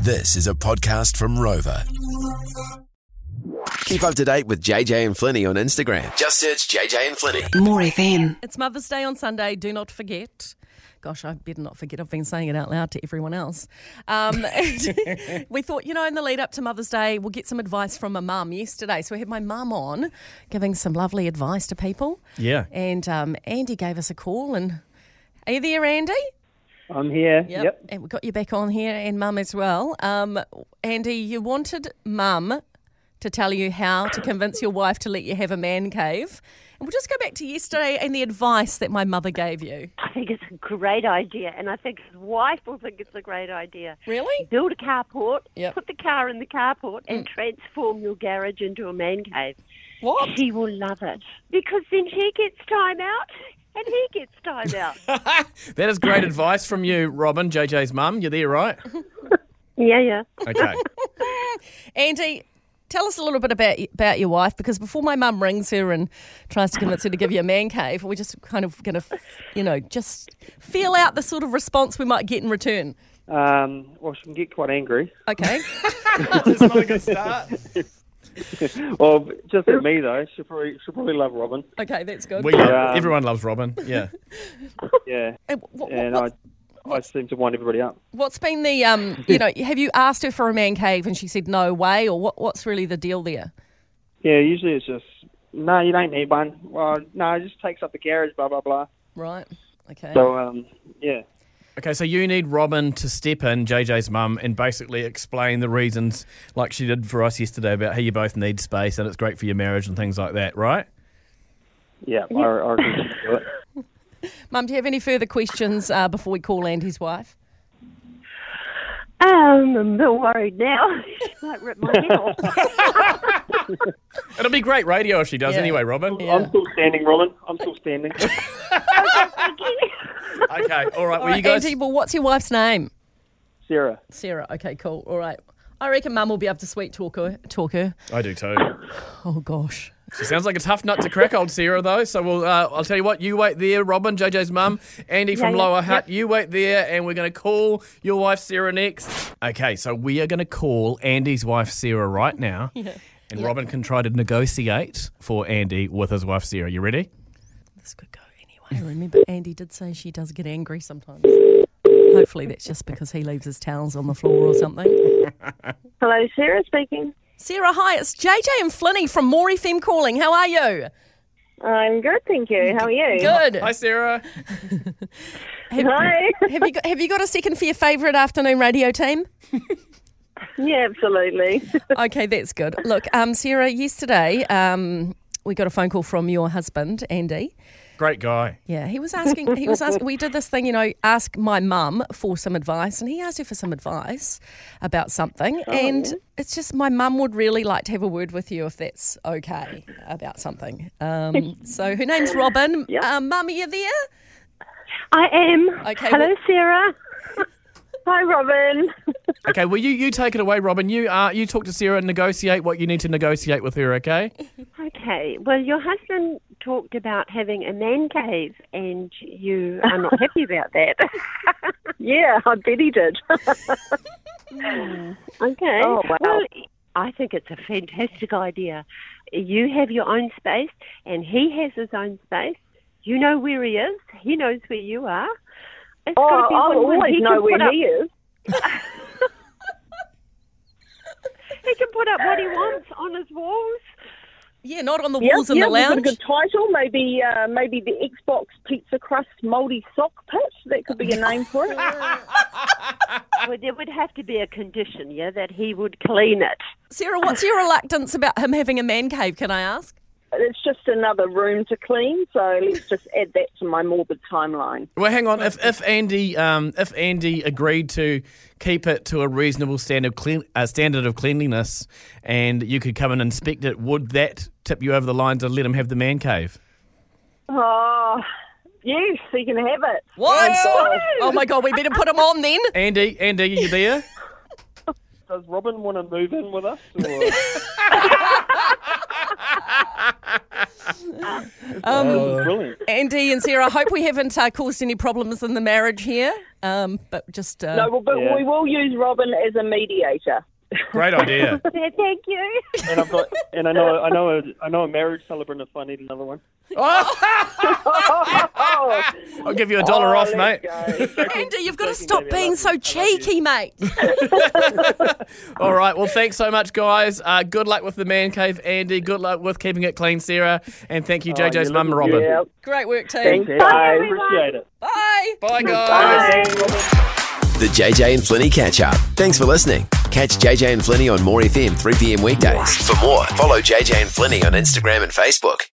This is a podcast from Rover. Keep up to date with JJ and Flinny on Instagram. Just search JJ and Flinny. More FM. It's Mother's Day on Sunday. Do not forget. Gosh, I better not forget. I've been saying it out loud to everyone else. Um, we thought, you know, in the lead up to Mother's Day, we'll get some advice from a mum yesterday. So we had my mum on giving some lovely advice to people. Yeah. And um, Andy gave us a call. And are you there, Andy? I'm here. Yep. And we got you back on here and mum as well. Um, Andy, you wanted mum to tell you how to convince your wife to let you have a man cave. And we'll just go back to yesterday and the advice that my mother gave you. I think it's a great idea, and I think his wife will think it's a great idea. Really? Build a carport, Yep. Mm. put the car in the carport, and transform your garage into a man cave. What? She will love it because then she gets time out and he gets time out. That is great advice from you, Robin, JJ's mum. You're there, right? yeah, yeah. Okay. Andy, tell us a little bit about about your wife because before my mum rings her and tries to convince her to give you a man cave, we're just kind of going to, you know, just feel out the sort of response we might get in return. Um, well, she can get quite angry. Okay. That's not a good start. Well, just at me though. She probably she probably love Robin. Okay, that's good. We love, Um, everyone loves Robin. Yeah. Yeah, Uh, wh- wh- and I what's, I seem to wind everybody up. what's been the, um, you know, have you asked her for a man cave and she said no way, or what, what's really the deal there? Yeah, usually it's just no, you don't need one. Well, no, it just takes up the garage. Blah blah blah. Right. Okay. So um, yeah, Okay, so you need Robin to step in, JJ's mum, and basically explain the reasons, like she did for us yesterday, about how you both need space and it's great for your marriage and things like that, right? yeah, I, I reckon she can do it. Mum, do you have any further questions uh, before we call Andy's wife? Um, I'm a bit worried now. she might rip my head off. It'll be great radio if she does Yeah. anyway, Robin. I'm still standing, Robin. I'm still standing. Okay, all right. Well, you Alright, guys. Andy, well, what's your wife's name? Sarah. Sarah. Okay, cool. All right. I reckon Mum will be able to sweet talk her. Talk her. I do too. Oh gosh. She sounds like a tough nut to crack, old Sarah, though. So we'll, uh, I'll tell you what, you wait there, Robin, JJ's mum, Andy from Yeah, yeah, Lower Hutt, you wait there, and we're going to call your wife, Sarah, next. Okay, so we are going to call Andy's wife, Sarah, right now. And Robin can try to negotiate for Andy with his wife, Sarah. You ready? This could go anyway. Remember, Andy did say she does get angry sometimes. Hopefully, that's just because he leaves his towels on the floor or something. Hello, Sarah speaking. Sarah, hi. It's JJ and Flinny from More FM calling. How are you? I'm good, thank you. How are you? Good. Hi, Sarah. Hi. Have you got, have you got a second for your favourite afternoon radio team? yeah, absolutely. Okay, that's good. Look, um, Sarah, yesterday um, we got a phone call from your husband, Andy. Great guy. Yeah, he was asking. He was asking. We did this thing, you know, ask my mum for some advice, and he asked her for some advice about something. Oh, and it's just my mum would really like to have a word with you if that's okay about something. Um, so her name's Robin. Um, mum, are you there? I am. Okay, Hello, well- Sarah. Hi, Robin. Okay, well, you, you take it away, Robin. You, uh, you talk to Sarah and negotiate what you need to negotiate with her, okay? Okay, well, your husband talked about having a man cave, and you are not happy about that. yeah, I bet he did. okay. Oh, wow. Well, I think it's a fantastic idea. You have your own space, and he has his own space. You know where he is. He knows where you are. It's Oh, gotta be I win-win. always He know can where put up- he is. He can put up what he wants on his walls. Yeah, not on the Yep, walls in yep, the we've got a lounge. good title. Maybe, uh, maybe the Xbox Pizza Crust Moldy Sock Pit. That could be a name for it. Well, there would have to be a condition, yeah, that he would clean it. Sarah, what's your reluctance about him having a man cave? Can I ask? it's just another room to clean. So let's just add that to my morbid timeline. Well, hang on. If, if Andy um, if Andy agreed to keep it to a reasonable standard of clean, uh, standard of cleanliness, and you could come and inspect it, would that tip you over the line to let him have the man cave? Oh, yes, he can have it. What? Oh my God, we better put him on then. Andy, Andy, are you there? Does Robin want to move in with us? Or... Brilliant. Andy and Sarah, I hope we haven't uh, caused any problems in the marriage here. Um, but just uh, No, well, but Yeah. we will use Robin as a mediator. Great idea. Yeah, Thank you. And I've got, and I know, I know, a, I know a marriage celebrant if I need another one. Oh, Oh, I'll give Oh, you a dollar off, mate. Andy, you've got to Joking, stop baby, I being love so you. I love you. cheeky, mate. All right. Well, thanks so much, guys. Uh, good luck with the man cave, Andy. Good luck with keeping it clean, Sarah. And thank Oh, you, JJ's you mum, little- Robin. Yeah. Great work, team. Thanks, I guys. appreciate it. Bye. Bye, guys. The JJ and Flinny catch up. Thanks for listening. Catch JJ and Flinny on More FM 3 p.m. weekdays. For more, follow JJ and Flinny on Instagram and Facebook.